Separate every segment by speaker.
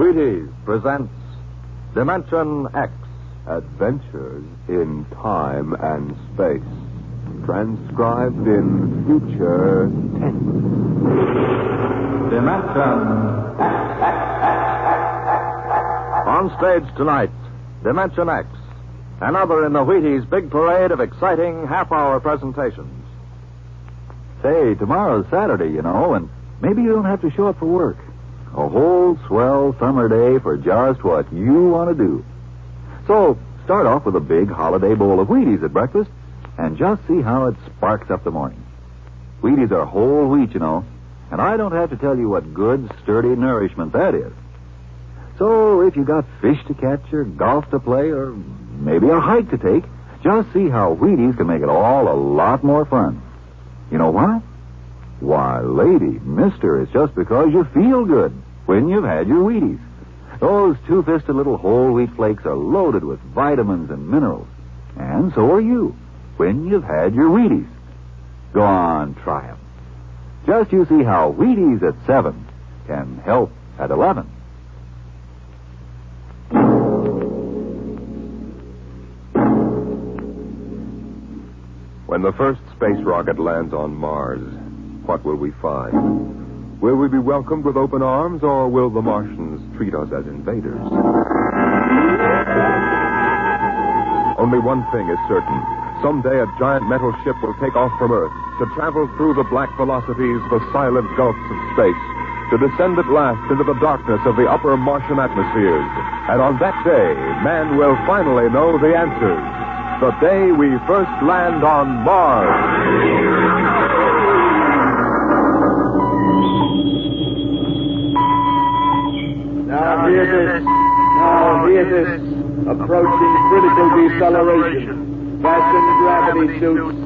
Speaker 1: Wheaties presents Dimension X.
Speaker 2: Adventures in Time and Space. Transcribed in future tense.
Speaker 1: Dimension X. On stage tonight, Dimension X. Another in the Wheaties big parade of exciting half hour presentations.
Speaker 2: Say, tomorrow's Saturday, you know, and maybe you don't have to show up for work. A whole swell summer day for just what you want to do. So, start off with a big holiday bowl of Wheaties at breakfast and just see how it sparks up the morning. Wheaties are whole wheat, you know, and I don't have to tell you what good, sturdy nourishment that is. So, if you got fish to catch or golf to play or maybe a hike to take, just see how Wheaties can make it all a lot more fun. You know why? Why, lady, mister, it's just because you feel good when you've had your Wheaties. Those two fisted little whole wheat flakes are loaded with vitamins and minerals. And so are you when you've had your Wheaties. Go on, try 'em. Just you see how Wheaties at 7 can help at 11.
Speaker 3: When the first space rocket lands on Mars, what will we find? Will we be welcomed with open arms, or will the Martians treat us as invaders? Only one thing is certain. Someday a giant metal ship will take off from Earth to travel through the black velocities, the silent gulfs of space, to descend at last into the darkness of the upper Martian atmospheres. And on that day, man will finally know the answers. The day we first land on Mars.
Speaker 4: Now hear this. Now hear this. Approaching critical deceleration. Fasten gravity suits.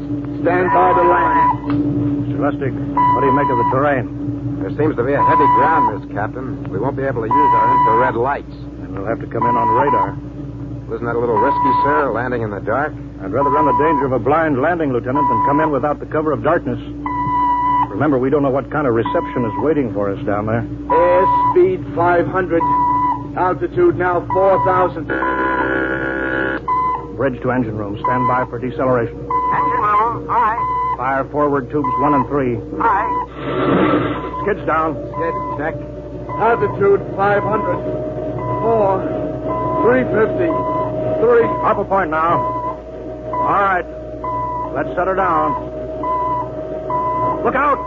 Speaker 4: Stand by the line.
Speaker 5: Lustig, what do you make of the terrain?
Speaker 6: There seems to be a heavy ground, Miss Captain. We won't be able to use our infrared lights.
Speaker 5: And we'll have to come in on radar.
Speaker 6: Isn't that a little risky, sir, landing in the dark?
Speaker 5: I'd rather run the danger of a blind landing, Lieutenant, than come in without the cover of darkness. Remember, we don't know what kind of reception is waiting for us down there.
Speaker 4: Air speed 500. Altitude now 4,000.
Speaker 5: Bridge to engine room. Stand by for deceleration.
Speaker 7: Engine room. All right.
Speaker 5: Fire forward tubes one and three.
Speaker 7: All right.
Speaker 5: Skids down.
Speaker 6: Dead check.
Speaker 4: Altitude 500. 4. 350. 3.
Speaker 5: Up a point now. All right. Let's set her down. Look out!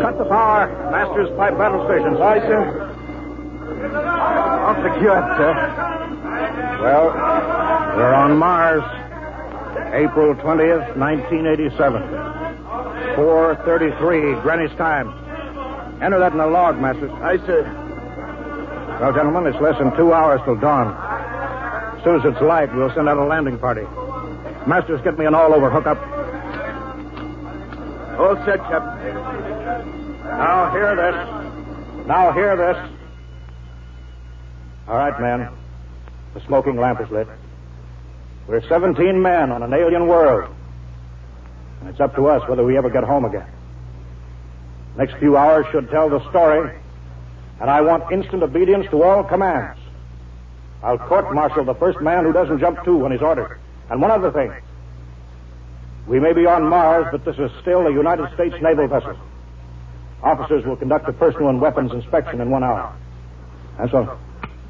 Speaker 5: Cut the power. Masters pipe battle stations. Aye, sir.
Speaker 2: All secured, sir.
Speaker 5: Well, we're on Mars. April 20th, 1987. 4.33, Granny's time. Enter that in the log, Masters.
Speaker 4: Aye, sir.
Speaker 5: Well, gentlemen, it's less than two hours till dawn. As soon as it's light, we'll send out a landing party. Masters, get me an all-over hookup.
Speaker 4: All set, Captain.
Speaker 5: Now hear this. Now hear this. All right, men. The smoking lamp is lit. We're 17 men on an alien world. And it's up to us whether we ever get home again. Next few hours should tell the story, and I want instant obedience to all commands. I'll court martial the first man who doesn't jump to when he's ordered. And one other thing. We may be on Mars, but this is still a United States naval vessel. Officers will conduct a personal and weapons inspection in one hour. That's all.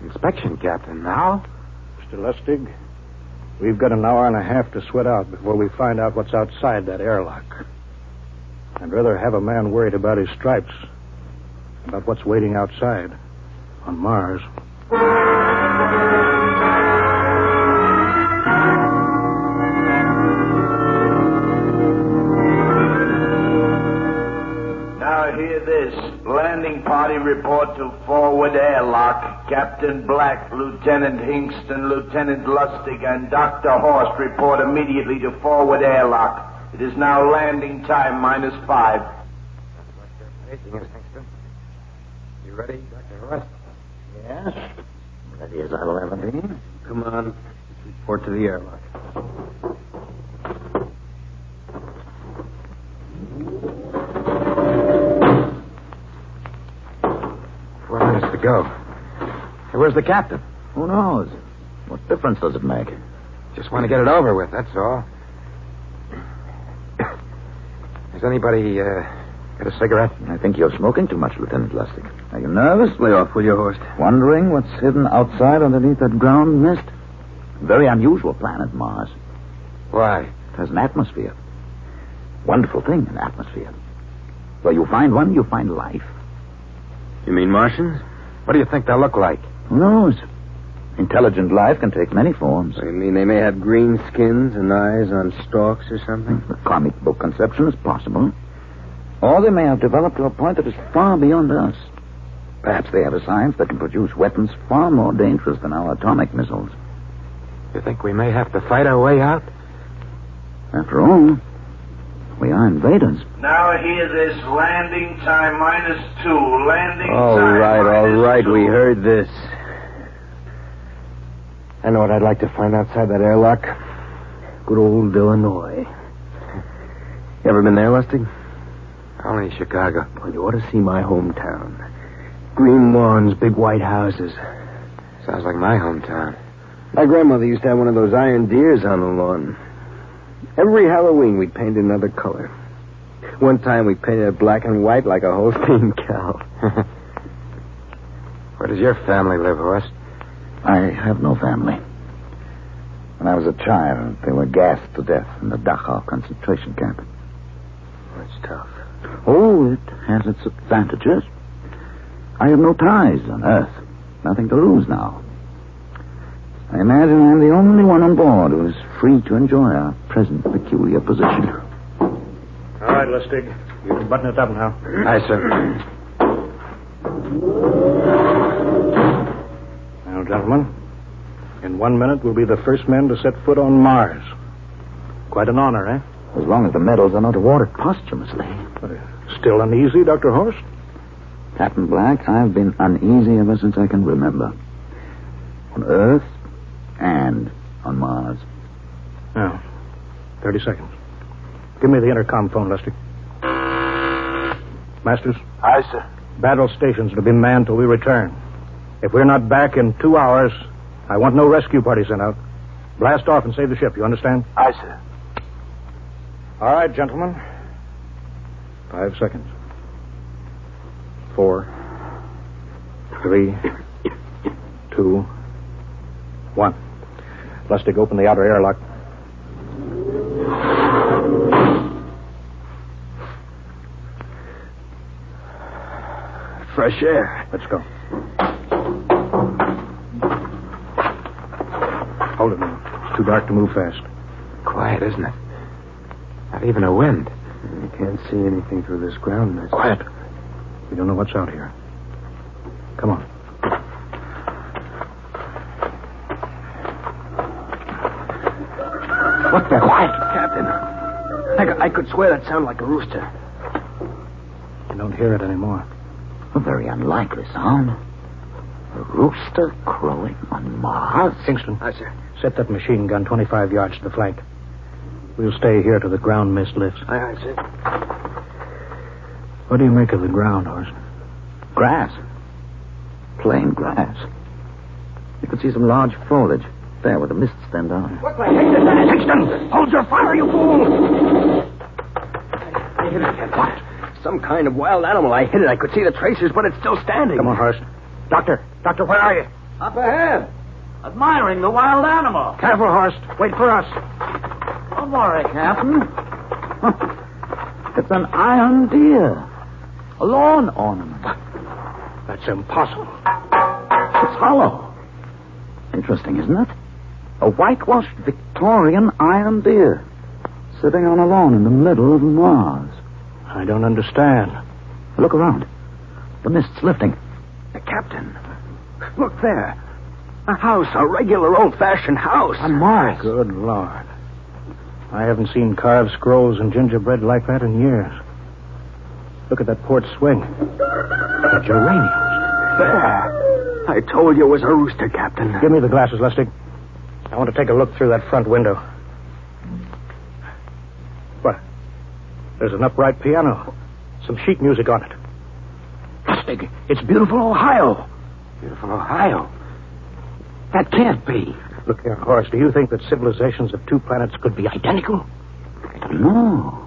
Speaker 6: Inspection, Captain. Now?
Speaker 5: Mr. Lustig, we've got an hour and a half to sweat out before we find out what's outside that airlock. I'd rather have a man worried about his stripes, about what's waiting outside on Mars.
Speaker 8: Now hear this. Landing party report to forward airlock. Captain Black, Lieutenant Hingston, Lieutenant Lustig, and Dr. Horst report immediately to forward airlock. It is now landing time minus five.
Speaker 6: Anything is Hingston. You ready, Dr. Horst?
Speaker 7: Yes. Ready as I'll ever be.
Speaker 6: Come on. Let's report to the airlock.
Speaker 7: go. Hey, where's the captain?
Speaker 2: Who knows? What difference does it make?
Speaker 7: Just want to get it over with, that's all. Has anybody uh, got a cigarette?
Speaker 2: I think you're smoking too much, Lieutenant Lustig.
Speaker 6: Are you nervous? Lay off, will you, host?
Speaker 2: Wondering what's hidden outside underneath that ground mist? Very unusual planet, Mars.
Speaker 7: Why?
Speaker 2: It has an atmosphere. Wonderful thing, an atmosphere. Where you find one, you find life.
Speaker 7: You mean Martians? What do you think they'll look like?
Speaker 2: Who knows? Intelligent life can take many forms.
Speaker 7: So you mean they may have green skins and eyes on stalks or something?
Speaker 2: The comic book conception is possible. Or they may have developed to a point that is far beyond us. Perhaps they have a science that can produce weapons far more dangerous than our atomic missiles.
Speaker 7: You think we may have to fight our way out?
Speaker 2: After all, we are invaders.
Speaker 8: Now hear this. Landing time minus two. Landing
Speaker 7: All
Speaker 8: time.
Speaker 7: right, all
Speaker 8: minus
Speaker 7: right.
Speaker 8: two.
Speaker 7: We heard this. I know what I'd like to find outside that airlock. Good old Illinois. You ever been there, Lustig? Only Chicago. Well, you ought to see my hometown. Green lawns, big white houses. Sounds like my hometown. My grandmother used to have one of those iron deers on the lawn. Every Halloween, we'd paint another color. One time we painted it black and white like a Holstein cow. Where does your family live, Horst?
Speaker 2: I have no family. When I was a child, they were gassed to death in the Dachau concentration camp.
Speaker 7: That's tough.
Speaker 2: Oh, it has its advantages. I have no ties on Earth. Nothing to lose now. I imagine I'm the only one on board who is free to enjoy our present peculiar position.
Speaker 5: All right, Lustig. You can button it up now.
Speaker 7: Aye, sir.
Speaker 5: Now, gentlemen, in one minute we'll be the first men to set foot on Mars. Quite an honor, eh?
Speaker 2: As long as the medals are not awarded posthumously.
Speaker 5: Still uneasy, Dr. Horst?
Speaker 2: Captain Black, I've been uneasy ever since I can remember. On Earth and on Mars.
Speaker 5: Now, 30 seconds. Give me the intercom phone, Lustig. Masters,
Speaker 8: Aye, sir.
Speaker 5: battle stations to be manned till we return. If we're not back in two hours, I want no rescue party sent out. Blast off and save the ship, you understand?
Speaker 8: Aye, sir.
Speaker 5: All right, gentlemen. Five seconds. Four. Three. Two. One. Lustig, open the outer airlock.
Speaker 7: Fresh air.
Speaker 5: Let's go. Hold it now. It's too dark to move fast.
Speaker 7: Quiet, isn't it? Not even a wind. You can't see anything through this ground mist.
Speaker 5: Quiet. We don't know what's out here. Come on.
Speaker 7: What the? Quiet, Captain. I, I could swear that sounded like a rooster.
Speaker 5: You don't hear it anymore.
Speaker 2: A very unlikely sound. A rooster crowing on Mars?
Speaker 5: Kingston,
Speaker 7: Aye, sir.
Speaker 5: set that machine gun 25 yards to the flank. We'll stay here till the ground mist lifts.
Speaker 7: Aye, aye, sir.
Speaker 5: What do you make of the ground, Horst?
Speaker 2: Grass. Plain grass. You could see some large foliage there where the mists stand out.
Speaker 7: What the heck is that? Kingston! Hold your fire, you fool! I hit it. What? Some kind of wild animal. I hit it. I could see the traces, but it's still standing.
Speaker 5: Come on, Horst.
Speaker 7: Doctor. Doctor, where are you?
Speaker 6: Up ahead, admiring the wild animal.
Speaker 5: Careful, Horst. Wait for us.
Speaker 6: Don't worry, Captain.
Speaker 2: It's an iron deer. A lawn ornament.
Speaker 5: That's impossible.
Speaker 2: It's hollow. Interesting, isn't it? A whitewashed Victorian iron deer sitting on a lawn in the middle of Mars.
Speaker 5: I don't understand.
Speaker 2: Look around. The mist's lifting.
Speaker 7: The captain. Look there. A house, a regular old fashioned house.
Speaker 2: On Mars.
Speaker 5: Good Lord. I haven't seen carved scrolls and gingerbread like that in years. Look at that port swing. The geraniums.
Speaker 7: There. I told you it was a rooster, Captain.
Speaker 5: Give me the glasses, Lustig. I want to take a look through that front window. What? There's an upright piano. Some sheet music on it. Lustig, it's beautiful Ohio.
Speaker 7: Beautiful Ohio. That can't be.
Speaker 5: Look here, Horace, do you think that civilizations of two planets could be identical?
Speaker 9: No.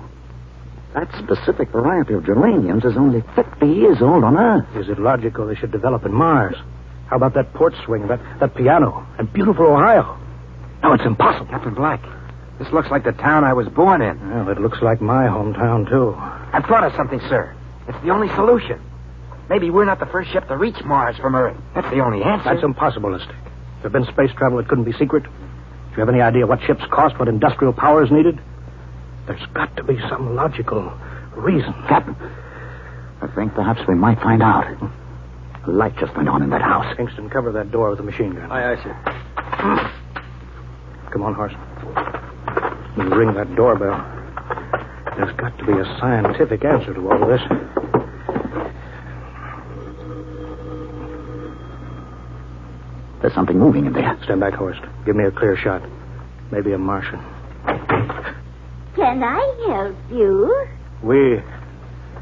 Speaker 9: That specific variety of geraniums is only 50 years old on Earth.
Speaker 5: Is it logical they should develop in Mars? How about that port swing, that, that piano, and beautiful Ohio? No, it's impossible.
Speaker 7: Captain Black, this looks like the town I was born in.
Speaker 5: Well, it looks like my hometown, too.
Speaker 7: I've thought of something, sir. It's the only solution. Maybe we're not the first ship to reach Mars from Earth. That's the only answer.
Speaker 5: That's impossible, Lister. There's been space travel that couldn't be secret. Do you have any idea what ships cost, what industrial power is needed? There's got to be some logical reason.
Speaker 9: Captain, I think perhaps we might find out. A light just went on in that house.
Speaker 5: Kingston, cover that door with a machine gun.
Speaker 7: Aye, aye, sir.
Speaker 5: Come on, Horace. You ring that doorbell. There's got to be a scientific answer to all this.
Speaker 9: There's something moving in there.
Speaker 5: Stand back, Horace. Give me a clear shot. Maybe a Martian.
Speaker 10: Can I help you?
Speaker 5: We.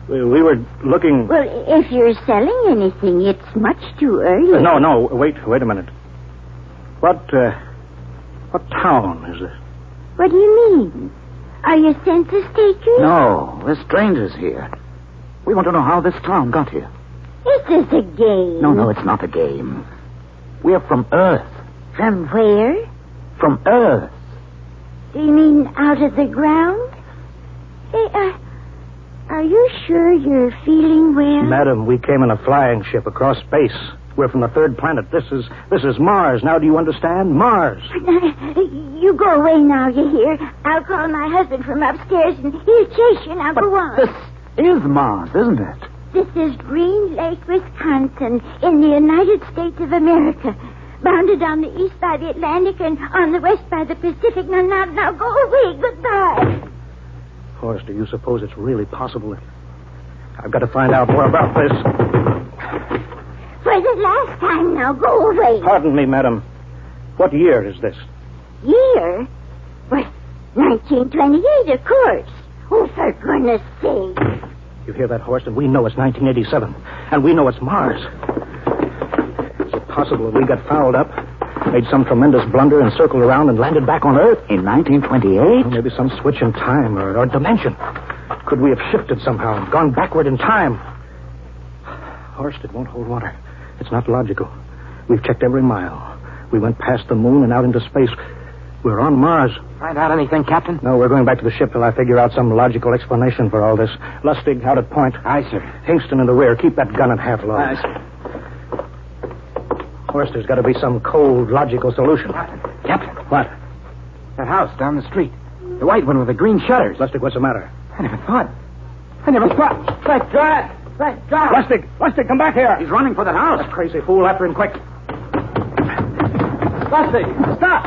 Speaker 5: We, we were looking.
Speaker 10: Well, if you're selling anything, it's much too early.
Speaker 5: No, no, wait, wait a minute. What, uh, what town is this?
Speaker 10: What do you mean? Are you census takers?
Speaker 9: No, we're strangers here. We want to know how this town got here.
Speaker 10: Is this a game?
Speaker 9: No, no, it's not a game. We're from Earth.
Speaker 10: From where?
Speaker 9: From Earth.
Speaker 10: Do you mean out of the ground? Hey, uh, are you sure you're feeling well?
Speaker 5: Madam, we came in a flying ship across space. We're from the third planet. This is this is Mars. Now do you understand? Mars.
Speaker 10: You go away now, you hear? I'll call my husband from upstairs and he'll chase you now. Go on.
Speaker 9: This is Mars, isn't it?
Speaker 10: This is Green Lake, Wisconsin, in the United States of America. Bounded on the east by the Atlantic and on the west by the Pacific. Now, now, now, go away. Goodbye.
Speaker 5: Horace, do you suppose it's really possible? I've got to find out more about this.
Speaker 10: For the last time now, go away.
Speaker 5: Pardon me, madam. What year is this?
Speaker 10: Year? Why, 1928, of course. Oh, for goodness sake.
Speaker 5: You hear that, Horace? And we know it's 1987. And we know it's Mars. Is it possible that we got fouled up, made some tremendous blunder, and circled around and landed back on Earth?
Speaker 9: In 1928?
Speaker 5: Maybe some switch in time or, or dimension. Could we have shifted somehow, gone backward in time? Horace, it won't hold water. It's not logical. We've checked every mile. We went past the moon and out into space. We're on Mars.
Speaker 7: Find out anything, Captain?
Speaker 5: No, we're going back to the ship till I figure out some logical explanation for all this. Lustig, out at point.
Speaker 7: Aye, sir.
Speaker 5: Kingston in the rear. Keep that gun at half load.
Speaker 7: Aye, sir.
Speaker 5: Of course, there's got to be some cold, logical solution.
Speaker 7: Captain,
Speaker 5: What?
Speaker 7: that house down the street. The white one with the green shutters.
Speaker 5: Lustig, what's the matter?
Speaker 7: I never thought. I never thought. Thank God. Thank God.
Speaker 5: Lustig! Lustig, come back here!
Speaker 7: He's running for that house.
Speaker 5: That crazy fool after him quick.
Speaker 7: Lustig, stop.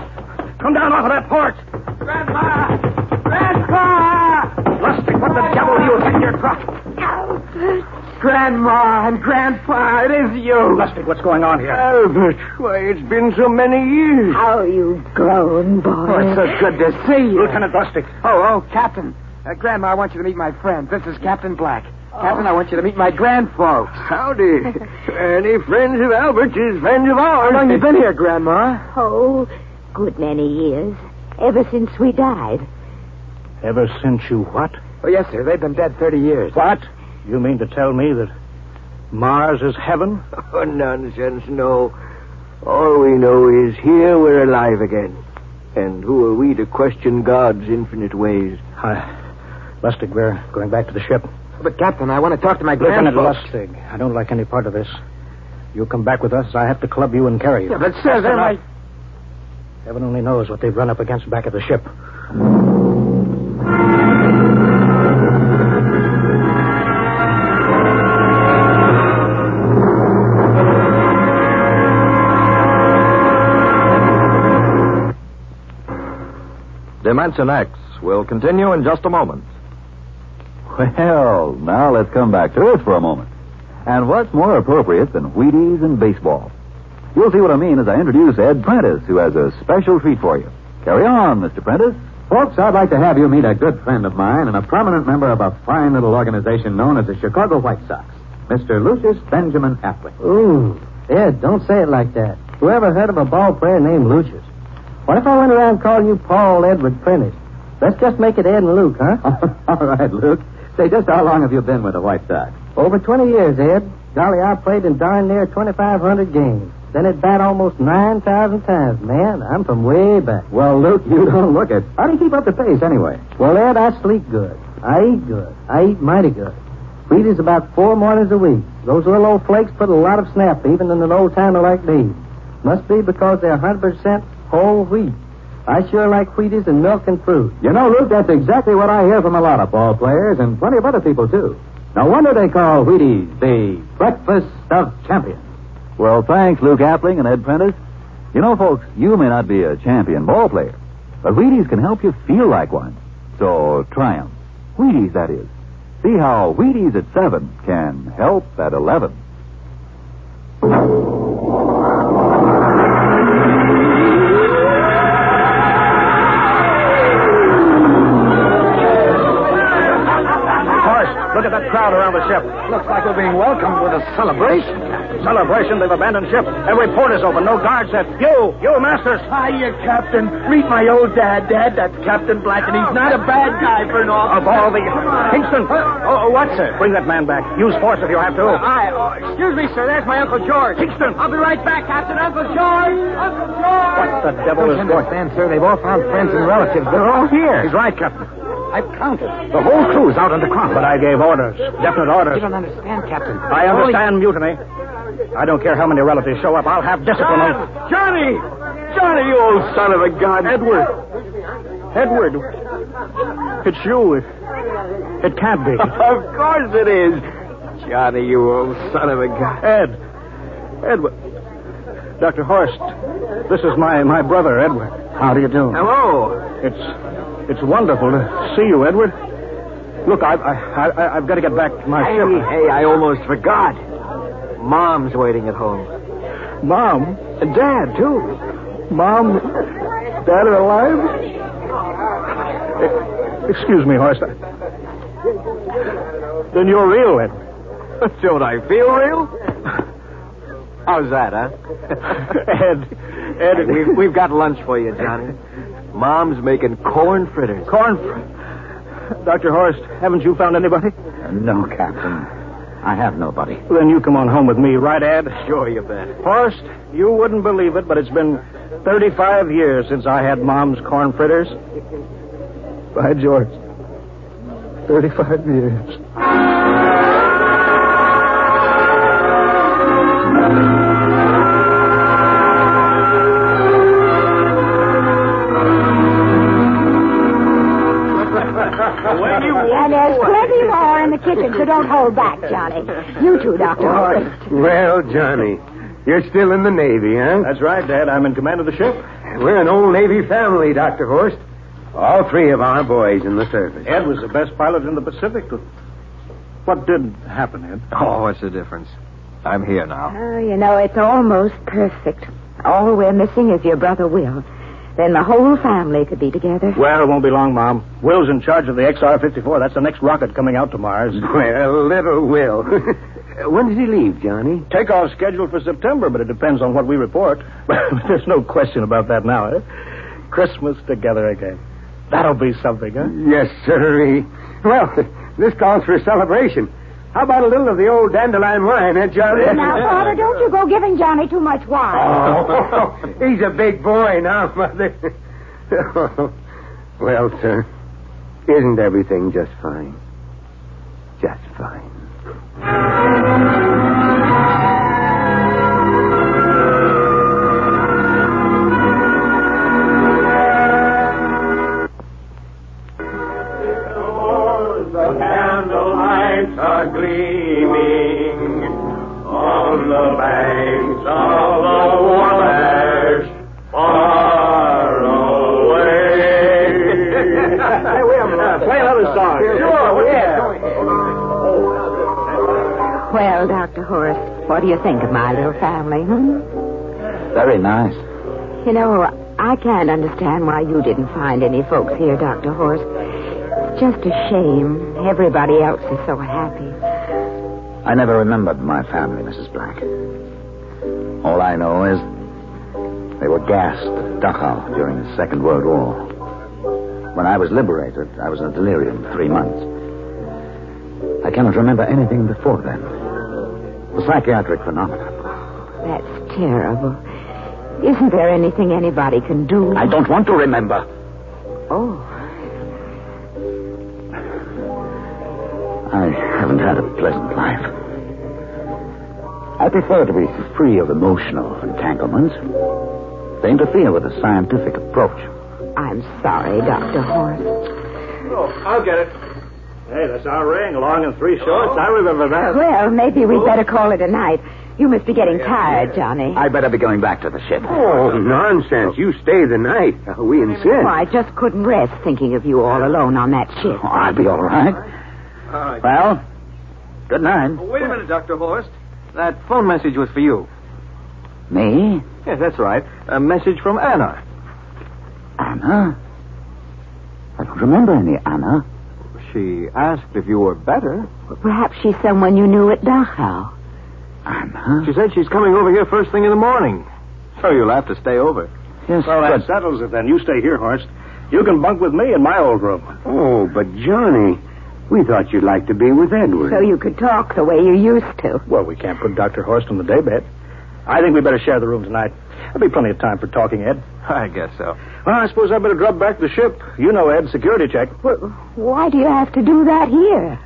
Speaker 5: Come down off of that porch!
Speaker 7: Grandpa! Grandpa!
Speaker 5: Lustig, what the devil are you in your truck?
Speaker 10: Albert.
Speaker 7: Grandma and Grandpa, it is you. Oh,
Speaker 5: Lustig, what's going on here?
Speaker 7: Albert, why, it's been so many years.
Speaker 10: How you've grown, boy.
Speaker 7: Oh, it's so good to see you.
Speaker 5: Lieutenant Lustig.
Speaker 7: Oh, oh, Captain. Uh, Grandma, I want you to meet my friend. This is Captain Black. Captain, I want you to meet my grandfolks. Howdy. Any friends of Albert's is friends of ours. How long you been here, Grandma?
Speaker 10: Oh, good many years. Ever since we died.
Speaker 5: Ever since you what?
Speaker 7: Oh, yes, sir. They've been dead 30 years.
Speaker 5: What? You mean to tell me that Mars is heaven?
Speaker 8: Oh, nonsense, no. All we know is here we're alive again. And who are we to question God's infinite ways?
Speaker 5: Hi. Lustig, we're going back to the ship.
Speaker 7: But, Captain, I want to talk to my
Speaker 5: Lieutenant
Speaker 7: grandfolks.
Speaker 5: Lustig, I don't like any part of this. You come back with us, I have to club you and carry you.
Speaker 7: Yeah, but, sir, they're my...
Speaker 5: Heaven only knows what they've run up against back of the ship.
Speaker 3: Dimension X will continue in just a moment.
Speaker 2: Well, now let's come back to Earth for a moment. And what's more appropriate than Wheaties and baseball? You'll see what I mean as I introduce Ed Prentice, who has a special treat for you. Carry on, Mr. Prentice.
Speaker 11: Folks, I'd like to have you meet a good friend of mine and a prominent member of a fine little organization known as the Chicago White Sox, Mr. Lucius Benjamin Affleck.
Speaker 8: Oh,
Speaker 7: Ed, don't say it like that. Whoever heard of a bald player named Lucius? What if I went around calling you Paul Edward Prentice? Let's just make it Ed and Luke, huh?
Speaker 12: All right, Luke. Say, just how long have you been with the White Sox?
Speaker 7: Over 20 years, Ed. Golly, I played in darn near 2,500 games. Been at bat almost 9,000 times. Man, I'm from way back.
Speaker 12: Well, Luke, you don't look it. How do you keep up the pace, anyway?
Speaker 7: Well, Ed, I sleep good. I eat good. I eat mighty good. Wheat is about four mornings a week. Those little old flakes put a lot of snap, even in an old timer like me. Must be because they're 100% whole wheat. I sure like Wheaties and milk and fruit.
Speaker 12: You know, Luke, that's exactly what I hear from a lot of ball players and plenty of other people, too. No wonder they call Wheaties the breakfast of champions.
Speaker 2: Well, thanks, Luke Appling and Ed Prentice. You know, folks, you may not be a champion ball player, but Wheaties can help you feel like one. So try 'em. Wheaties, that is. See how Wheaties at 7 can help at 11.
Speaker 5: Horace, look at that crowd around the ship. Looks like we're being welcomed with a celebration. Celebration? They've abandoned ship. Every port is open. No guards set. You, you, Masters.
Speaker 13: Hiya, Captain. Meet my old dad, Dad. That's Captain Black, and he's not a bad guy for an officer.
Speaker 5: Of all the... Kingston. Oh, oh, what's it? Bring that man back. Use force if you have to.
Speaker 13: I, oh, excuse me, sir. There's my Uncle George.
Speaker 5: Kingston.
Speaker 13: I'll be right back, Captain. Uncle George. Uncle George.
Speaker 5: What the devil is going...
Speaker 3: understand, sir. They've all found friends and relatives. They're all here.
Speaker 5: He's right, Captain. I've counted. The whole crew's out in the crowd. But I gave orders. Definite orders.
Speaker 3: You don't understand, Captain.
Speaker 5: I understand mutiny. I don't care how many relatives show up. I'll have discipline.
Speaker 13: John!
Speaker 5: over-
Speaker 13: Johnny! Johnny, you old son of a gun.
Speaker 5: Edward. Edward. It's you. It, it can't be.
Speaker 14: of course it is. Johnny, you old son of a gun.
Speaker 5: Ed. Edward. Dr. Horst. This is my, my brother, Edward. How do you do?
Speaker 14: Hello.
Speaker 5: It's it's wonderful to see you, Edward. Look, I, I, I, I've got to get back to my
Speaker 14: Hey,
Speaker 5: ship.
Speaker 14: hey, I almost forgot. Mom's waiting at home.
Speaker 5: Mom.
Speaker 14: And Dad, too.
Speaker 5: Mom, Dad are alive? E- Excuse me, Horace. Then you're real, Edward.
Speaker 14: Don't I feel real? How's that, huh?
Speaker 5: Ed, Ed,
Speaker 14: Ed, we've, we've got lunch for you, Johnny. Mom's making corn fritters.
Speaker 5: corn. Dr. Horst, haven't you found anybody?
Speaker 12: No, Captain. I have nobody.
Speaker 5: Then you come on home with me, right, Ed?
Speaker 14: Sure, you bet.
Speaker 5: Horst, you wouldn't believe it, but it's been 35 years since I had Mom's corn fritters. By George. 35 years.
Speaker 10: And there's plenty more in the kitchen, so don't hold back, Johnny. You too, Doctor.
Speaker 3: Well, Johnny, you're still in the Navy, huh?
Speaker 5: That's right, Dad. I'm in command of the ship.
Speaker 3: We're an old Navy family, Dr. Horst. All three of our boys in the service.
Speaker 5: Ed was the best pilot in the Pacific. What did happen, Ed?
Speaker 3: Oh, what's the difference? I'm here now.
Speaker 15: Oh, you know, it's almost perfect. All we're missing is your brother Will. Then the whole family could be together.
Speaker 5: Well, it won't be long, Mom. Will's in charge of the XR 54. That's the next rocket coming out to Mars.
Speaker 3: Well, little Will. when did he leave, Johnny?
Speaker 5: Takeoff scheduled for September, but it depends on what we report. There's no question about that now, eh? Christmas together again. That'll be something, huh?
Speaker 3: Yes, sirree. Well, this calls for a celebration. How about a little of the old dandelion wine, eh, Johnny?
Speaker 10: Now, Father, don't you go giving Johnny too much wine.
Speaker 3: Oh, he's a big boy now, Mother. well, sir, isn't everything just fine? Just fine.
Speaker 8: The candle lights are gleaming on the banks of the Wabash, far away.
Speaker 5: Uh, Play another song.
Speaker 8: Sure,
Speaker 15: Well, Dr. Horace, what do you think of my little family, hmm?
Speaker 2: Very nice.
Speaker 15: You know, I can't understand why you didn't find any folks here, Dr. Horace. It's just a shame. Everybody else is so happy.
Speaker 2: I never remembered my family, Mrs. Black. All I know is they were gassed at Dachau during the Second World War. When I was liberated, I was in a delirium for three months. I cannot remember anything before then. The psychiatric phenomenon.
Speaker 15: That's terrible. Isn't there anything anybody can do?
Speaker 2: I don't want to remember.
Speaker 15: Oh,
Speaker 2: I haven't had a pleasant life. I prefer to be free of emotional entanglements. They interfere with a scientific approach.
Speaker 15: I'm sorry, Dr. Horace.
Speaker 5: Oh, I'll get it. Hey, that's our ring, long and three shorts. I remember that.
Speaker 15: Well, maybe we'd better call it a night. You must be getting tired, Johnny.
Speaker 2: I'd better be going back to the ship.
Speaker 16: Oh, nonsense. You stay the night. We
Speaker 15: Oh,
Speaker 16: insist.
Speaker 15: I just couldn't rest thinking of you all alone on that ship. Oh,
Speaker 2: I'll be all right. Well, good night.
Speaker 3: Oh, wait a minute, Dr. Horst. That phone message was for you.
Speaker 2: Me?
Speaker 3: Yes, that's right. A message from Anna.
Speaker 2: Anna? I don't remember any Anna.
Speaker 16: She asked if you were better.
Speaker 15: Perhaps she's someone you knew at Dachau.
Speaker 2: Anna?
Speaker 3: She said she's coming over here first thing in the morning. So you'll have to stay over.
Speaker 2: Yes,
Speaker 5: well, that settles it then. You stay here, Horst. You can bunk with me in my old room.
Speaker 16: Oh, but Johnny, we thought you'd like to be with Edward.
Speaker 15: So you could talk the way you used to.
Speaker 5: Well, we can't put Dr. Horst on the daybed. I think we better share the room tonight. There'll be plenty of time for talking, Ed.
Speaker 3: I guess so.
Speaker 5: Well, I suppose I better drop back to the ship. You know, Ed, security check.
Speaker 15: Why do you have to do that here?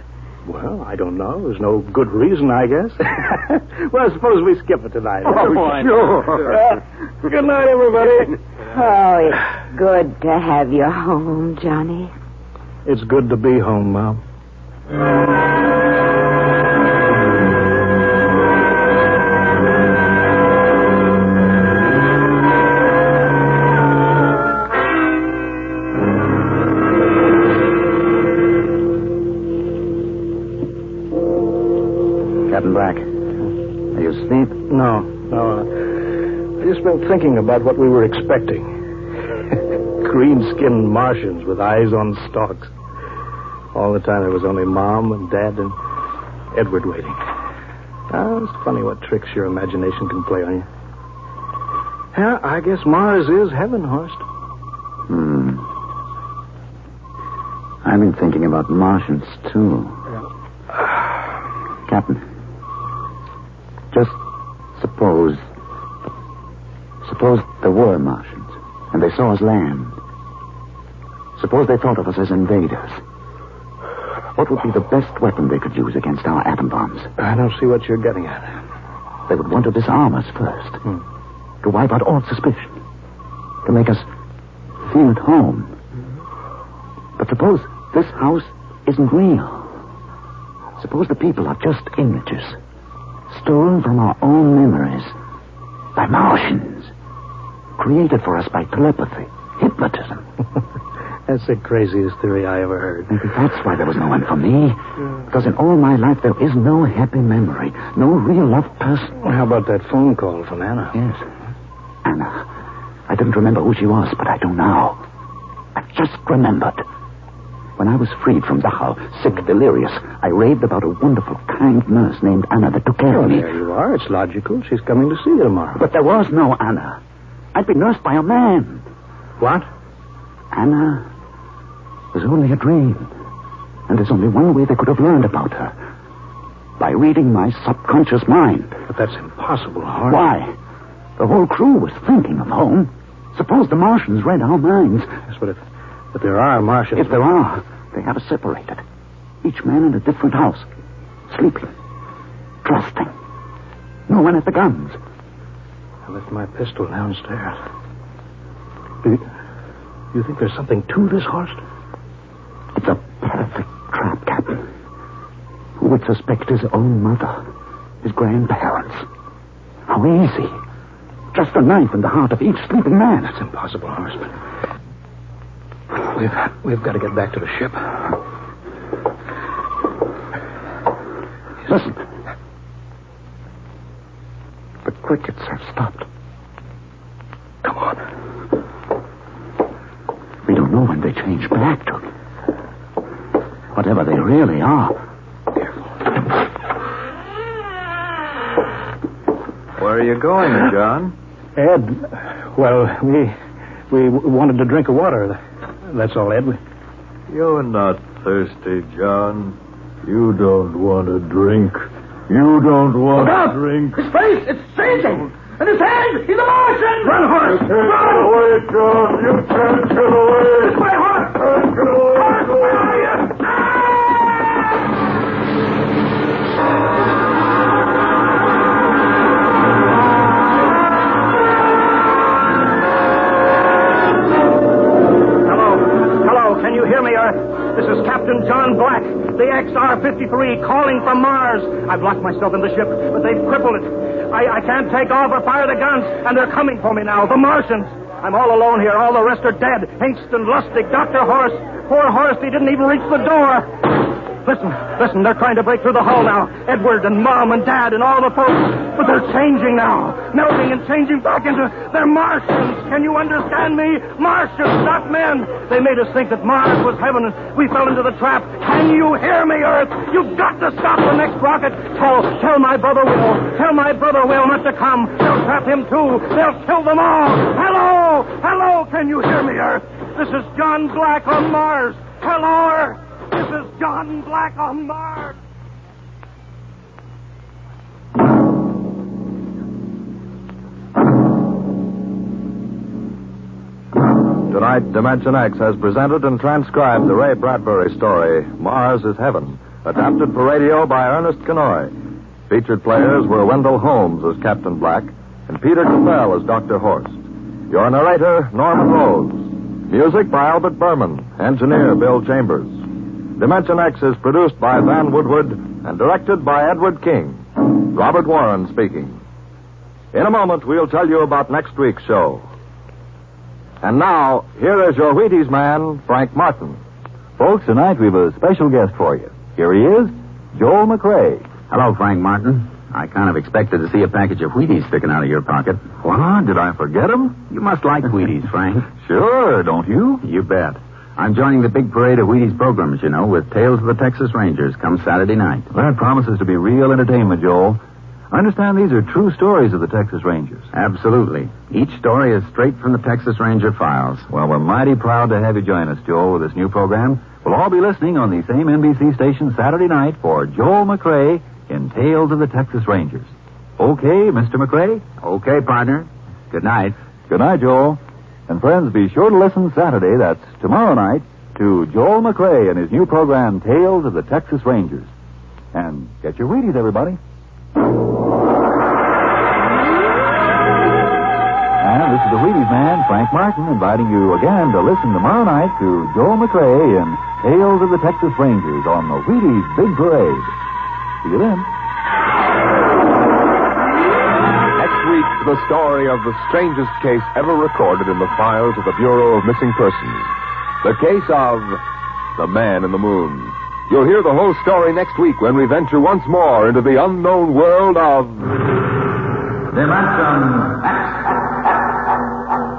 Speaker 5: Well, I don't know. There's no good reason, I guess. well, suppose we skip it tonight.
Speaker 15: Oh, why not?
Speaker 5: Well, good night, everybody.
Speaker 15: Oh, it's good to have you home, Johnny.
Speaker 5: It's good to be home, Mom.
Speaker 2: Captain Black, are you asleep?
Speaker 5: No, no. uh, I just been thinking about what we were expecting. Green-skinned Martians with eyes on stalks. All the time there was only Mom and Dad and Edward waiting. Oh, it's funny what tricks your imagination can play on you. Yeah, I guess Mars is heaven, Horst.
Speaker 2: Hmm. I've been thinking about Martians, too. Captain, just suppose. Suppose there were Martians, and they saw us land. Suppose they thought of us as invaders. What would be the best weapon they could use against our atom bombs?
Speaker 5: I don't see what you're getting at.
Speaker 2: They would want to disarm us first. To wipe out all suspicion. To make us feel at home. But suppose this house isn't real. Suppose the people are just images. Stolen from our own memories. By Martians. Created for us by telepathy, hypnotism.
Speaker 5: That's the craziest theory I ever heard.
Speaker 2: Maybe that's why there was no one for me. Because in all my life, there is no happy memory, no real loved person.
Speaker 5: Well, how about that phone call from Anna?
Speaker 2: Yes. Anna. I didn't remember who she was, but I do now. I've just remembered. When I was freed from Dachau, sick, delirious, I raved about a wonderful, kind nurse named Anna that
Speaker 17: Hmm.
Speaker 2: took care
Speaker 5: Well,
Speaker 2: of me.
Speaker 5: Oh, there you are. It's logical. She's coming to see you tomorrow.
Speaker 2: But there was no Anna. I'd been nursed by a man.
Speaker 5: What?
Speaker 2: Anna was only a dream. And there's only one way they could have learned about her. By reading my subconscious mind.
Speaker 5: But that's impossible, Horace.
Speaker 2: Why? The whole crew was thinking of home. Suppose the Martians read our minds.
Speaker 5: Yes, but if, if there are Martians.
Speaker 2: If there are, they have us separated. Each man in a different house. Sleeping. Trusting. No one at the guns.
Speaker 5: I left my pistol downstairs. Do you, do you think there's something to this, Horst?
Speaker 2: It's a perfect trap, Captain. Who would suspect his own mother? His grandparents? How easy. Just a knife in the heart of each sleeping man.
Speaker 5: That's impossible, Horace. But we've, we've got to get back to the ship.
Speaker 2: Listen. The crickets have stopped. Come on. We don't know when they change back to. Whatever they really are. Careful.
Speaker 18: Where are you going, John?
Speaker 17: Ed, well, we we wanted a drink of water. That's all, Ed. We-
Speaker 18: You're not thirsty, John. You don't want to drink. You don't want to drink.
Speaker 19: His face, it's changing. And his hand, he's a Martian. Run, horse. Run. away, John. You can't get away. It's my horse. Can't get away. Horse, where are you?
Speaker 5: Hello, can you hear me, Earth? This is Captain John Black, the XR-53, calling from Mars. I've locked myself in the ship, but they've crippled it. I, I can't take off or fire the guns, and they're coming for me now, the Martians. I'm all alone here. All the rest are dead. Hingston, Lustig, Dr. Horst. Poor Horst, he didn't even reach the door. Listen, listen, they're trying to break through the hull now. Edward and Mom and Dad and all the folks. But they're changing now, melting and changing back into. They're Martians. Can you understand me? Martians, not men. They made us think that Mars was heaven and we fell into the trap. Can you hear me, Earth? You've got to stop the next rocket. Tell, tell my brother Will. Tell my brother Will not to come. They'll trap him too. They'll kill them all. Hello, hello. Can you hear me, Earth? This is John Black on Mars. Hello, Earth. This is John Black on Mars.
Speaker 1: Tonight, Dimension X has presented and transcribed the Ray Bradbury story, Mars is Heaven, adapted for radio by Ernest Canoy. Featured players were Wendell Holmes as Captain Black and Peter Capell as Dr. Horst. Your narrator, Norman Rose. Music by Albert Berman, engineer Bill Chambers. Dimension X is produced by Van Woodward and directed by Edward King. Robert Warren speaking. In a moment, we'll tell you about next week's show. And now, here is your Wheaties man, Frank Martin.
Speaker 2: Folks, tonight we've a special guest for you. Here he is, Joel McRae.
Speaker 20: Hello, Frank Martin. I kind of expected to see a package of Wheaties sticking out of your pocket.
Speaker 2: What? Did I forget him?
Speaker 20: You must like Wheaties, Frank.
Speaker 2: Sure, don't you?
Speaker 20: You bet. I'm joining the big parade of Wheaties programs, you know, with Tales of the Texas Rangers come Saturday night.
Speaker 2: That promises to be real entertainment, Joel. I understand these are true stories of the Texas Rangers.
Speaker 20: Absolutely. Each story is straight from the Texas Ranger files.
Speaker 2: Well, we're mighty proud to have you join us, Joel, with this new program. We'll all be listening on the same NBC station Saturday night for Joel McRae in Tales of the Texas Rangers. Okay, Mr. McRae?
Speaker 20: Okay, partner. Good night.
Speaker 2: Good night, Joel. And friends, be sure to listen Saturday, that's tomorrow night, to Joel McRae and his new program, Tales of the Texas Rangers. And get your Wheaties, everybody. And this is the Wheaties man, Frank Martin, inviting you again to listen tomorrow night to Joel McRae in Tales of the Texas Rangers on the Wheaties Big Parade. See you then.
Speaker 3: Next week, the story of the strangest case ever recorded in the files of the Bureau of Missing Persons. The case of the man in the moon. You'll hear the whole story next week when we venture once more into the unknown world of
Speaker 20: Dimension X.